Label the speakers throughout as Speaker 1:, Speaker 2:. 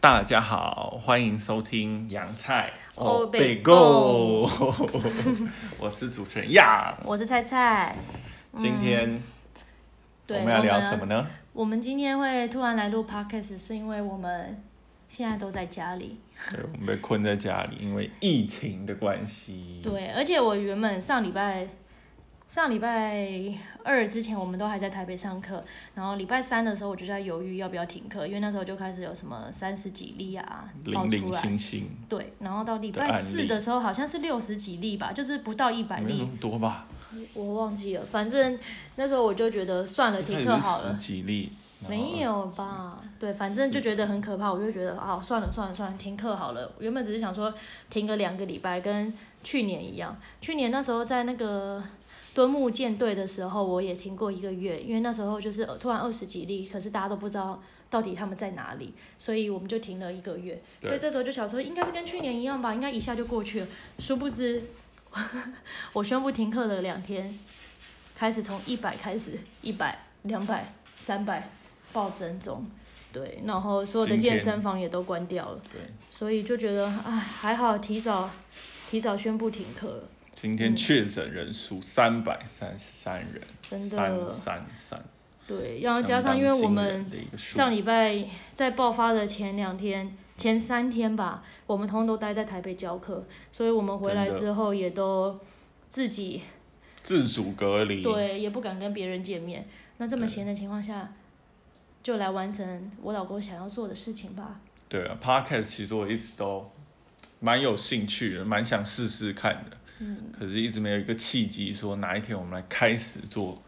Speaker 1: 大家好，欢迎收听洋菜
Speaker 2: 欧
Speaker 1: 北
Speaker 2: 北
Speaker 1: 购，我是主持人呀。
Speaker 2: 我是菜菜。
Speaker 1: 今天我
Speaker 2: 嗯对，
Speaker 1: 们要聊什么
Speaker 2: 我们？
Speaker 1: 呢？
Speaker 2: 我们今天会突然来录 podcast，是因为我们现在都在家里。
Speaker 1: 对，我们被困在家里，因为疫情的关系。
Speaker 2: 对，而且我原本上礼拜上礼拜二之前，我们都还在台北上课，然后礼拜三的时候我就在犹豫要不要停课，因为那时候就开始有什么三十几例啊爆
Speaker 1: 零
Speaker 2: 出
Speaker 1: 零
Speaker 2: 来。
Speaker 1: 星星，
Speaker 2: 对，然后到礼拜
Speaker 1: 的案
Speaker 2: 四
Speaker 1: 例
Speaker 2: 的时候好像是六十几例吧，就是不到一百
Speaker 1: 没有那
Speaker 2: 例，
Speaker 1: 么多吧？
Speaker 2: 我忘记了。反正那时候我就觉得算了，
Speaker 1: 一开
Speaker 2: 停
Speaker 1: 始
Speaker 2: 课
Speaker 1: 是
Speaker 2: 好
Speaker 1: 十
Speaker 2: 了。
Speaker 1: 几例，然后
Speaker 2: 没有吧？对，反正就觉得很可怕，我就觉得啊，算了算了算了，停课好了。原本只是想说停个两个礼拜，跟去年一样。去年那时候在那个敦睦舰队的时候，我也停过一个月，因为那时候就是呃突然二十几例，可是大家都不知道到底他们在哪里，所以我们就停了一个月。
Speaker 1: 对
Speaker 2: 所以这时候就想说，应该是跟去年一样吧，应该一下就过去了。殊不知， 我宣布停课的两天，开始从一百开始，一百、两百、三百暴增中。对，然后所有的
Speaker 1: 今天
Speaker 2: 健身房也都关掉了，
Speaker 1: 对，
Speaker 2: 所以就觉得哎，还好提早提早宣布停课了，
Speaker 1: 今天确诊人数三百三十三人，
Speaker 2: 真
Speaker 1: 三
Speaker 2: 的。
Speaker 1: 三三。
Speaker 2: 对，然后加
Speaker 1: 相
Speaker 2: 上
Speaker 1: 当
Speaker 2: 因为我
Speaker 1: 惊
Speaker 2: 们
Speaker 1: 人的一个数
Speaker 2: 上礼拜在爆发的前两天、前三天吧，我们通通都待在台北教课，所以我们回来
Speaker 1: 真的
Speaker 2: 之后也都自己
Speaker 1: 自主隔离，
Speaker 2: 对，也不敢跟别人见面。那这么
Speaker 1: 对
Speaker 2: 闲的情况下，就来完成我老公想要做的事情吧。
Speaker 1: 对啊，podcast 其实我一直都蛮有兴趣的，蛮想试试看的。嗯，可是一直没有一个契机，说哪一天我们来开始做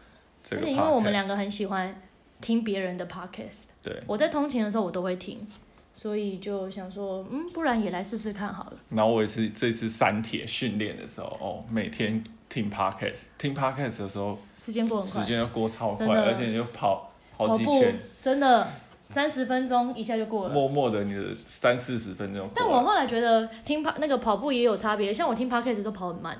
Speaker 1: 这
Speaker 2: 而
Speaker 1: 个 podcast。
Speaker 2: 且因为我们两个很喜欢听别人的 podcast，
Speaker 1: 对，
Speaker 2: 我在通勤的时候我都会听，所以就想说，嗯，不然也来试试看好了。
Speaker 1: 然后我也是这次删帖训练的时候，哦，每天听 podcast，听 podcast 的时候，
Speaker 2: 时间过很
Speaker 1: 时
Speaker 2: 快，
Speaker 1: 间就过超快，
Speaker 2: 真的
Speaker 1: 而且你就跑跑
Speaker 2: 跑
Speaker 1: 几
Speaker 2: 步
Speaker 1: 圈，
Speaker 2: 真的三十分钟一下就过了。
Speaker 1: 默默的你的三四十分钟过
Speaker 2: 但
Speaker 1: 了。
Speaker 2: 我后来觉得听跑那个跑步也有差别，像我听 podcast 都跑很慢，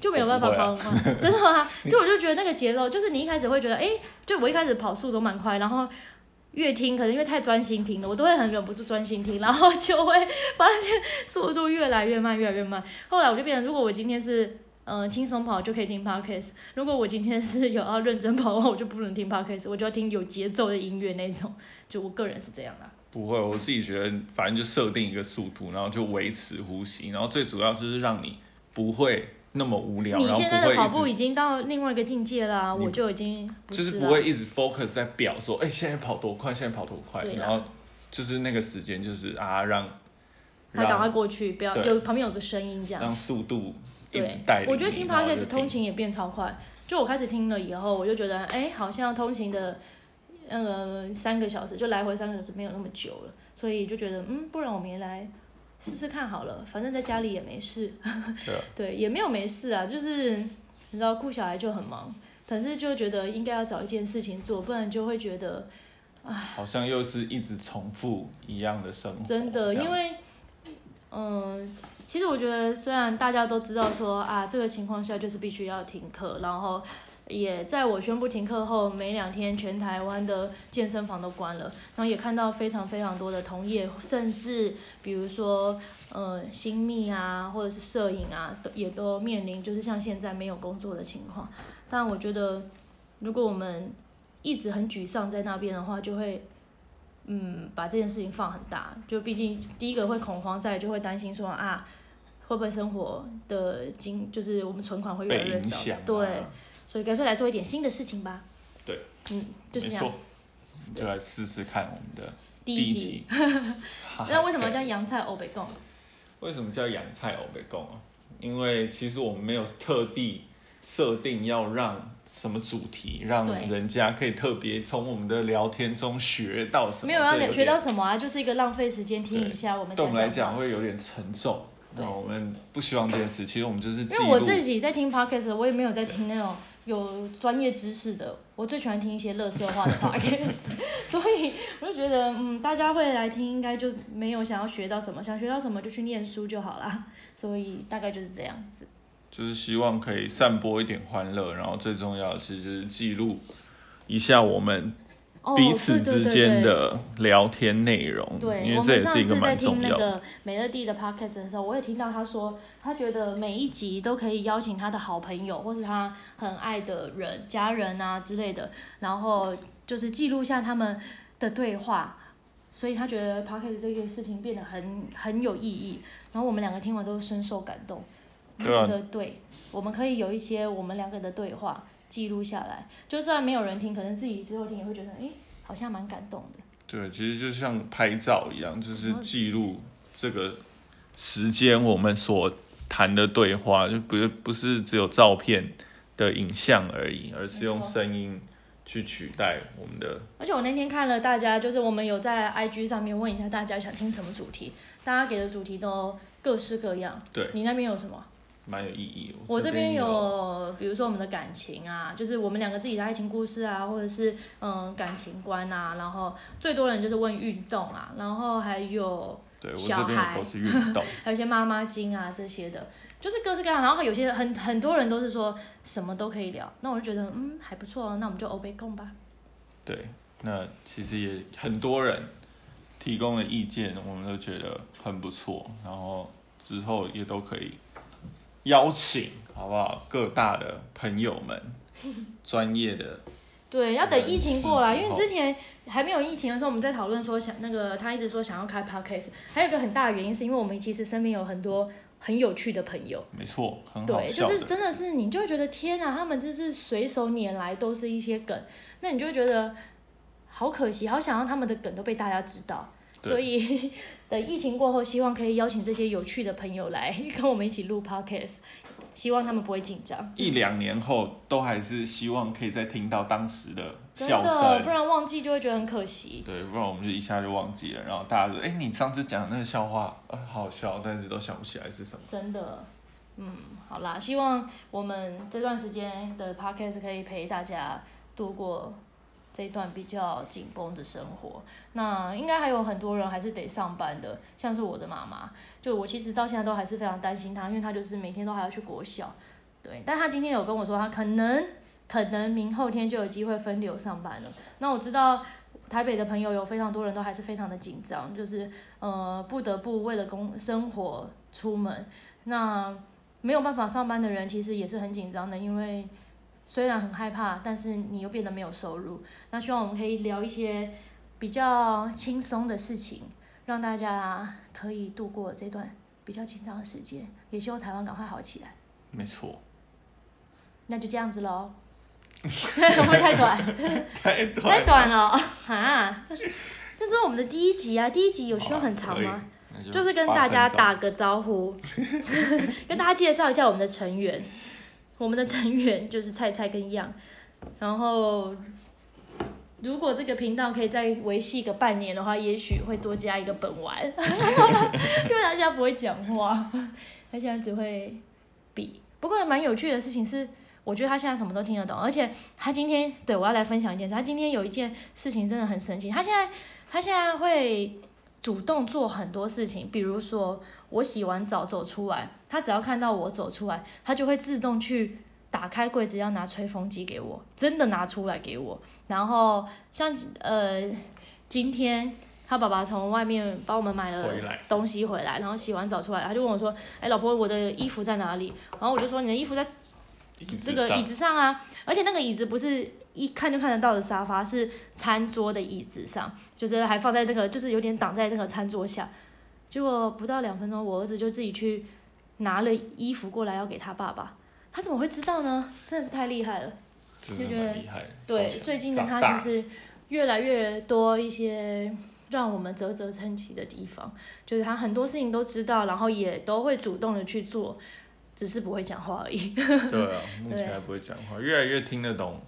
Speaker 2: 就没有办法跑很快， 真的吗？就我就觉得那个节奏，就是你一开始会觉得，哎、就我一开始跑速都蛮快，然后越听可能因为太专心听了，我都会很忍不住专心听，然后就会发现速度越来越慢，越来越慢。后来我就变成，如果我今天是嗯轻松跑就可以听 podcast，如果我今天是有要认真跑的话，我就不能听 podcast，我就要听有节奏的音乐那种。就我个人是这样啦。
Speaker 1: 不会，我自己觉得，反正就设定一个速度，然后就维持呼吸，然后最主要就是让你不会那么无聊，
Speaker 2: 你
Speaker 1: 然后
Speaker 2: 现在的跑
Speaker 1: 不
Speaker 2: 步
Speaker 1: 会一
Speaker 2: 已经到另外一个境界啦、
Speaker 1: 你
Speaker 2: 我就已经不
Speaker 1: 直，就是是
Speaker 2: 啦
Speaker 1: 不会一直 focus 在表说，哎、现在跑多快，现在跑多快，
Speaker 2: 对啊啦
Speaker 1: 然后就是那个时间就是啊，让
Speaker 2: 他赶快
Speaker 1: 让
Speaker 2: 过去，不要
Speaker 1: 对
Speaker 2: 有旁边有个声音这样。
Speaker 1: 让速度一直
Speaker 2: 对
Speaker 1: 带领，你。
Speaker 2: 我觉得听
Speaker 1: 然后就
Speaker 2: podcast 通勤也变超快，就我开始听了以后，我就觉得哎、好像通勤的那个三个小时就来回三个小时没有那么久了，所以就觉得嗯，不然我们也来试试看好了，反正在家里也没事。
Speaker 1: 对啊
Speaker 2: 对，也没有没事啊，就是你知道顾小孩就很忙，可是就觉得应该要找一件事情做，不然就会觉得。
Speaker 1: 好像又是一直重复一样的生活，
Speaker 2: 真的，
Speaker 1: 这样
Speaker 2: 因为，嗯，其实我觉得虽然大家都知道说啊，这个情况下就是必须要停课，然后也在我宣布停课后没两天，全台湾的健身房都关了，然后也看到非常非常多的同业，甚至比如说，呃，新密啊，或者是摄影啊，都也都面临就是像现在没有工作的情况。但我觉得，如果我们一直很沮丧在那边的话，就会嗯，把这件事情放很大，就毕竟第一个会恐慌，再来就会担心说啊，会不会生活的金，就是我们存款会越来
Speaker 1: 被
Speaker 2: 越
Speaker 1: 影
Speaker 2: 少，
Speaker 1: 响、啊，
Speaker 2: 对，所以干脆来做一点新的事情吧。
Speaker 1: 对，
Speaker 2: 嗯，就是
Speaker 1: 没
Speaker 2: 这样
Speaker 1: 错。，就来试试看我们的
Speaker 2: 第
Speaker 1: 一
Speaker 2: 一集，
Speaker 1: 集。啊
Speaker 2: 那为什么叫
Speaker 1: 洋？
Speaker 2: 洋菜欧北贡？
Speaker 1: 为什么叫洋菜欧北贡啊？因为其实我们没有特地设定要让什么主题，让
Speaker 2: 对
Speaker 1: 人家可以特别从我们的聊天中学到什么。
Speaker 2: 没有要
Speaker 1: 这点
Speaker 2: 学到什么啊，就是一个浪费时间听一下我们
Speaker 1: 对我们来
Speaker 2: 讲
Speaker 1: 讲
Speaker 2: 讲话。
Speaker 1: 会有点沉重。
Speaker 2: 对
Speaker 1: 那我们不希望这件事，其实我们就是记
Speaker 2: 因为我
Speaker 1: 录。
Speaker 2: 自己在听 podcast，我也没有在听那种有专业知识的，我最喜欢听一些乐色化的 podcast，所以我就觉得，嗯，大家会来听，应该就没有想要学到什么，想学到什么就去念书就好啦。所以大概就是这样子。
Speaker 1: 就是希望可以散播一点欢乐，然后最重要的是就是记录一下我们
Speaker 2: 哦
Speaker 1: 彼此之间。
Speaker 2: 对对对对
Speaker 1: 的聊天内容，
Speaker 2: 对，
Speaker 1: 因为
Speaker 2: 我
Speaker 1: 这
Speaker 2: 们
Speaker 1: 也
Speaker 2: 上
Speaker 1: 是一个
Speaker 2: 次在
Speaker 1: 蛮
Speaker 2: 听
Speaker 1: 重
Speaker 2: 那
Speaker 1: 要的。
Speaker 2: 个美乐蒂的 podcast 的时候，我也听到他说，他觉得每一集都可以邀请他的好朋友或是他很爱的人、家人啊之类的，然后就是记录下他们的对话，所以他觉得 podcast 这件事情变得很很有意义。然后我们两个听完都深受感动，我
Speaker 1: 对啊
Speaker 2: 觉得对，我们可以有一些我们两个的对话记录下来，就算没有人听，可能自己之后听也会觉得，诶，好像蛮感动的。
Speaker 1: 对，其实就像拍照一样，就是
Speaker 2: 嗯
Speaker 1: 记录这个时间我们所谈的对话，就不不是只有照片的影像而已，而是用
Speaker 2: 没错
Speaker 1: 声音去取代我们的。
Speaker 2: 而且我那天看了大家，就是我们有在 IG 上面问一下大家想听什么主题，大家给的主题都各式各样。
Speaker 1: 对
Speaker 2: 你那边有什么？
Speaker 1: 蛮有意义的。
Speaker 2: 我这边
Speaker 1: 有，
Speaker 2: 有，比如说我们的感情啊，就是我们两个自己的爱情故事啊，或者是嗯感情观啊，然后最多人就是问运动啊，然后还有
Speaker 1: 对我
Speaker 2: 小
Speaker 1: 这边
Speaker 2: 孩
Speaker 1: 有都是运动，
Speaker 2: 还有一些妈妈经啊这些的，就是各式各样。然后有些很很多人都是说什么都可以聊，那我就觉得嗯还不错、哦，那我们就欧贝共吧。
Speaker 1: 对，那其实也很多人提供的意见，我们都觉得很不错，然后之后也都可以邀请，好不好？各大的朋友们，专业的，
Speaker 2: 对，要等疫情过来，因
Speaker 1: 人
Speaker 2: 为
Speaker 1: 事之后
Speaker 2: 之前还没有疫情的时候，我们在讨论说想那个他一直说想要开 podcast，还有一个很大的原因是因为我们其实身边有很多很有趣的朋友，
Speaker 1: 没错，很好
Speaker 2: 对，
Speaker 1: 笑
Speaker 2: 就
Speaker 1: 的。
Speaker 2: 是真的是你就会觉得天啊，他们就是随手拈来都是一些梗，那你就会觉得好可惜，好想让他们的梗都被大家知道。
Speaker 1: 对
Speaker 2: 所以等疫情过后，希望可以邀请这些有趣的朋友来跟我们一起录 podcast，希望他们不会紧张。
Speaker 1: 一两年后，都还是希望可以再听到当时的
Speaker 2: 真
Speaker 1: 笑
Speaker 2: 的，不
Speaker 1: 声。
Speaker 2: 然忘记就会觉得很可惜。
Speaker 1: 对，不然我们就一下就忘记了。然后大家说：“哎、你上次讲的那个笑话，呃，好好笑，但是都想不起来是什么。”
Speaker 2: 真的，嗯，好啦，希望我们这段时间的 podcast 可以陪大家度过这一段比较紧绷的生活。那应该还有很多人还是得上班的，像是我的妈妈，就我其实到现在都还是非常担心她，因为她就是每天都还要去国小，对，但她今天有跟我说，她可能可能明后天就有机会分流上班了。那我知道。台北的朋友有非常多人都还是非常的紧张，就是呃不得不为了工生活出门，那没有办法上班的人其实也是很紧张的，因为虽然很害怕，但是你又变得没有收入。那希望我们可以聊一些比较轻松的事情，让大家可以度过这段比较紧张的时间。也希望台湾赶快好起来。
Speaker 1: 没 错，
Speaker 2: 那就这样子喽， 会不会太短？
Speaker 1: 太
Speaker 2: 太短了哈。这是我们的第一集啊，第一集有需要很长吗？？
Speaker 1: 那就
Speaker 2: 就是跟大家打个招呼，跟大家介绍一下我们的成员。我们的成员就是菜菜跟样，然后如果这个频道可以再维系个半年的话，也许会多加一个本丸， 因为他现在不会讲话，他现在只会比。不过蛮有趣的事情是，我觉得他现在什么都听得懂，而且他今天对我要来分享一件事，他今天有一件事情真的很神奇，他现在他现在会。主动做很多事情，比如说我洗完澡走出来，他只要看到我走出来，他就会自动去打开柜子要拿吹风机给我，真的拿出来给我。然后像呃，今天他爸爸从外面帮我们买了
Speaker 1: 回来
Speaker 2: 东西回来，然后洗完澡出来，他就问我说：“哎、老婆，我的衣服在哪里？”然后我就说：“你的衣服在这个椅
Speaker 1: 子
Speaker 2: 子上啊，而且那个椅子不是一看就看得到的沙发，是餐桌的椅子上，就是还放在这个，就是有点挡在这个餐桌下。结果不到两分钟，我儿子就自己去拿了衣服过来要给他爸爸，他怎么会知道呢？真的是太厉害了。
Speaker 1: 上
Speaker 2: 就
Speaker 1: 真
Speaker 2: 觉
Speaker 1: 的
Speaker 2: 得
Speaker 1: 蛮厉害的。
Speaker 2: 对
Speaker 1: 超，强
Speaker 2: 最近的
Speaker 1: 长大
Speaker 2: 他其实越来越多一些让我们啧啧称奇的地方，就是他很多事情都知道，然后也都会主动的去做，只是不会讲话而已。
Speaker 1: 对啊，目前还不会讲话，越来越听得懂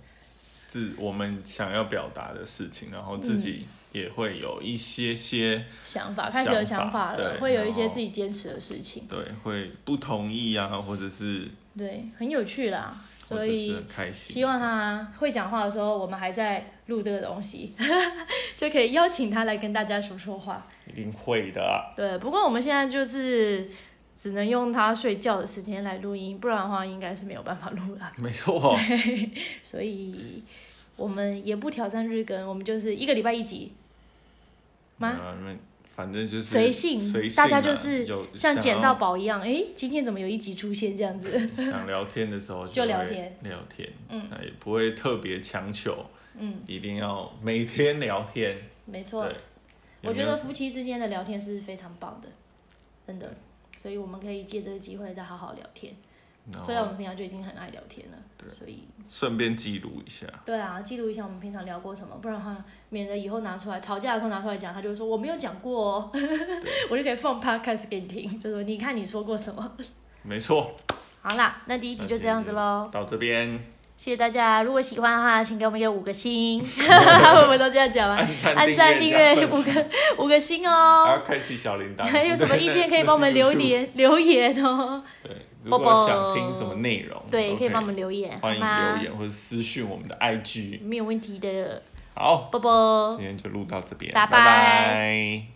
Speaker 1: 自我们想要表达的事情，然后
Speaker 2: 嗯
Speaker 1: 自己也会有一些些
Speaker 2: 想法，开始有想法
Speaker 1: 想法
Speaker 2: 了，
Speaker 1: 对
Speaker 2: 会有一些
Speaker 1: 然后
Speaker 2: 自己坚持的事情，
Speaker 1: 对会不同意啊，或者是
Speaker 2: 对，很有趣啦。
Speaker 1: 或
Speaker 2: 所
Speaker 1: 者是
Speaker 2: 以
Speaker 1: 很开心。
Speaker 2: 希望他会讲话的时候，我们还在录这个东西， 就可以邀请他来跟大家说说话。
Speaker 1: 一定会的啊、
Speaker 2: 对，不过我们现在就是只能用他睡觉的时间 来录音，不然的话应该是没有办法录啦。
Speaker 1: 没错，
Speaker 2: 所以我们也不挑战日更，我们就是一个礼拜一集吗？
Speaker 1: 没有啊因为反正就是
Speaker 2: 随性
Speaker 1: 随性啊
Speaker 2: 大家就是
Speaker 1: 有
Speaker 2: 像
Speaker 1: 想
Speaker 2: 捡
Speaker 1: 要
Speaker 2: 到宝一样，哎、今天怎么有一集出现这样子？
Speaker 1: 想聊天的时候
Speaker 2: 就聊
Speaker 1: 会
Speaker 2: 天，
Speaker 1: 聊天，
Speaker 2: 嗯
Speaker 1: 那也不会特别强求，
Speaker 2: 嗯，
Speaker 1: 一定要每天聊天，
Speaker 2: 没错
Speaker 1: 对，。
Speaker 2: 我觉
Speaker 1: 有没有
Speaker 2: 得夫妻之间的聊天是非常棒的，真的，所以我们可以借这个机会再好好聊天。
Speaker 1: 然
Speaker 2: 虽然我
Speaker 1: 后
Speaker 2: 们平常就已经很爱聊天了，所以
Speaker 1: 顺便记录一下，
Speaker 2: 对啊，记录一下我们平常聊过什么，不然的话，免得以后拿出来吵架的时候拿出来讲，他就会说我没有讲过哦， 我就可以放 podcast 给你听，就说你看你说过什么。
Speaker 1: 没错，
Speaker 2: 好啦，那第一集就这样子喽，
Speaker 1: 到这边
Speaker 2: 谢谢大家。如果喜欢的话，请给我们一个五个 星，会不会都这样讲完？
Speaker 1: 按赞、
Speaker 2: 按赞、订阅
Speaker 1: 加
Speaker 2: 五
Speaker 1: 分享
Speaker 2: 个五个星
Speaker 1: 还
Speaker 2: 哦。
Speaker 1: 要开启小铃铛，
Speaker 2: 还有什么意见可以帮我们留言留言哦？
Speaker 1: 对，如果想听什么内容，
Speaker 2: 对，
Speaker 1: 都
Speaker 2: 可
Speaker 1: 可
Speaker 2: 以帮我们留言，
Speaker 1: 欢迎
Speaker 2: 好吗
Speaker 1: 留，言或者私讯我们的 IG。
Speaker 2: 没有问题的，
Speaker 1: 好，
Speaker 2: 啵啵
Speaker 1: 今。天就录到这边，
Speaker 2: 拜拜
Speaker 1: 拜拜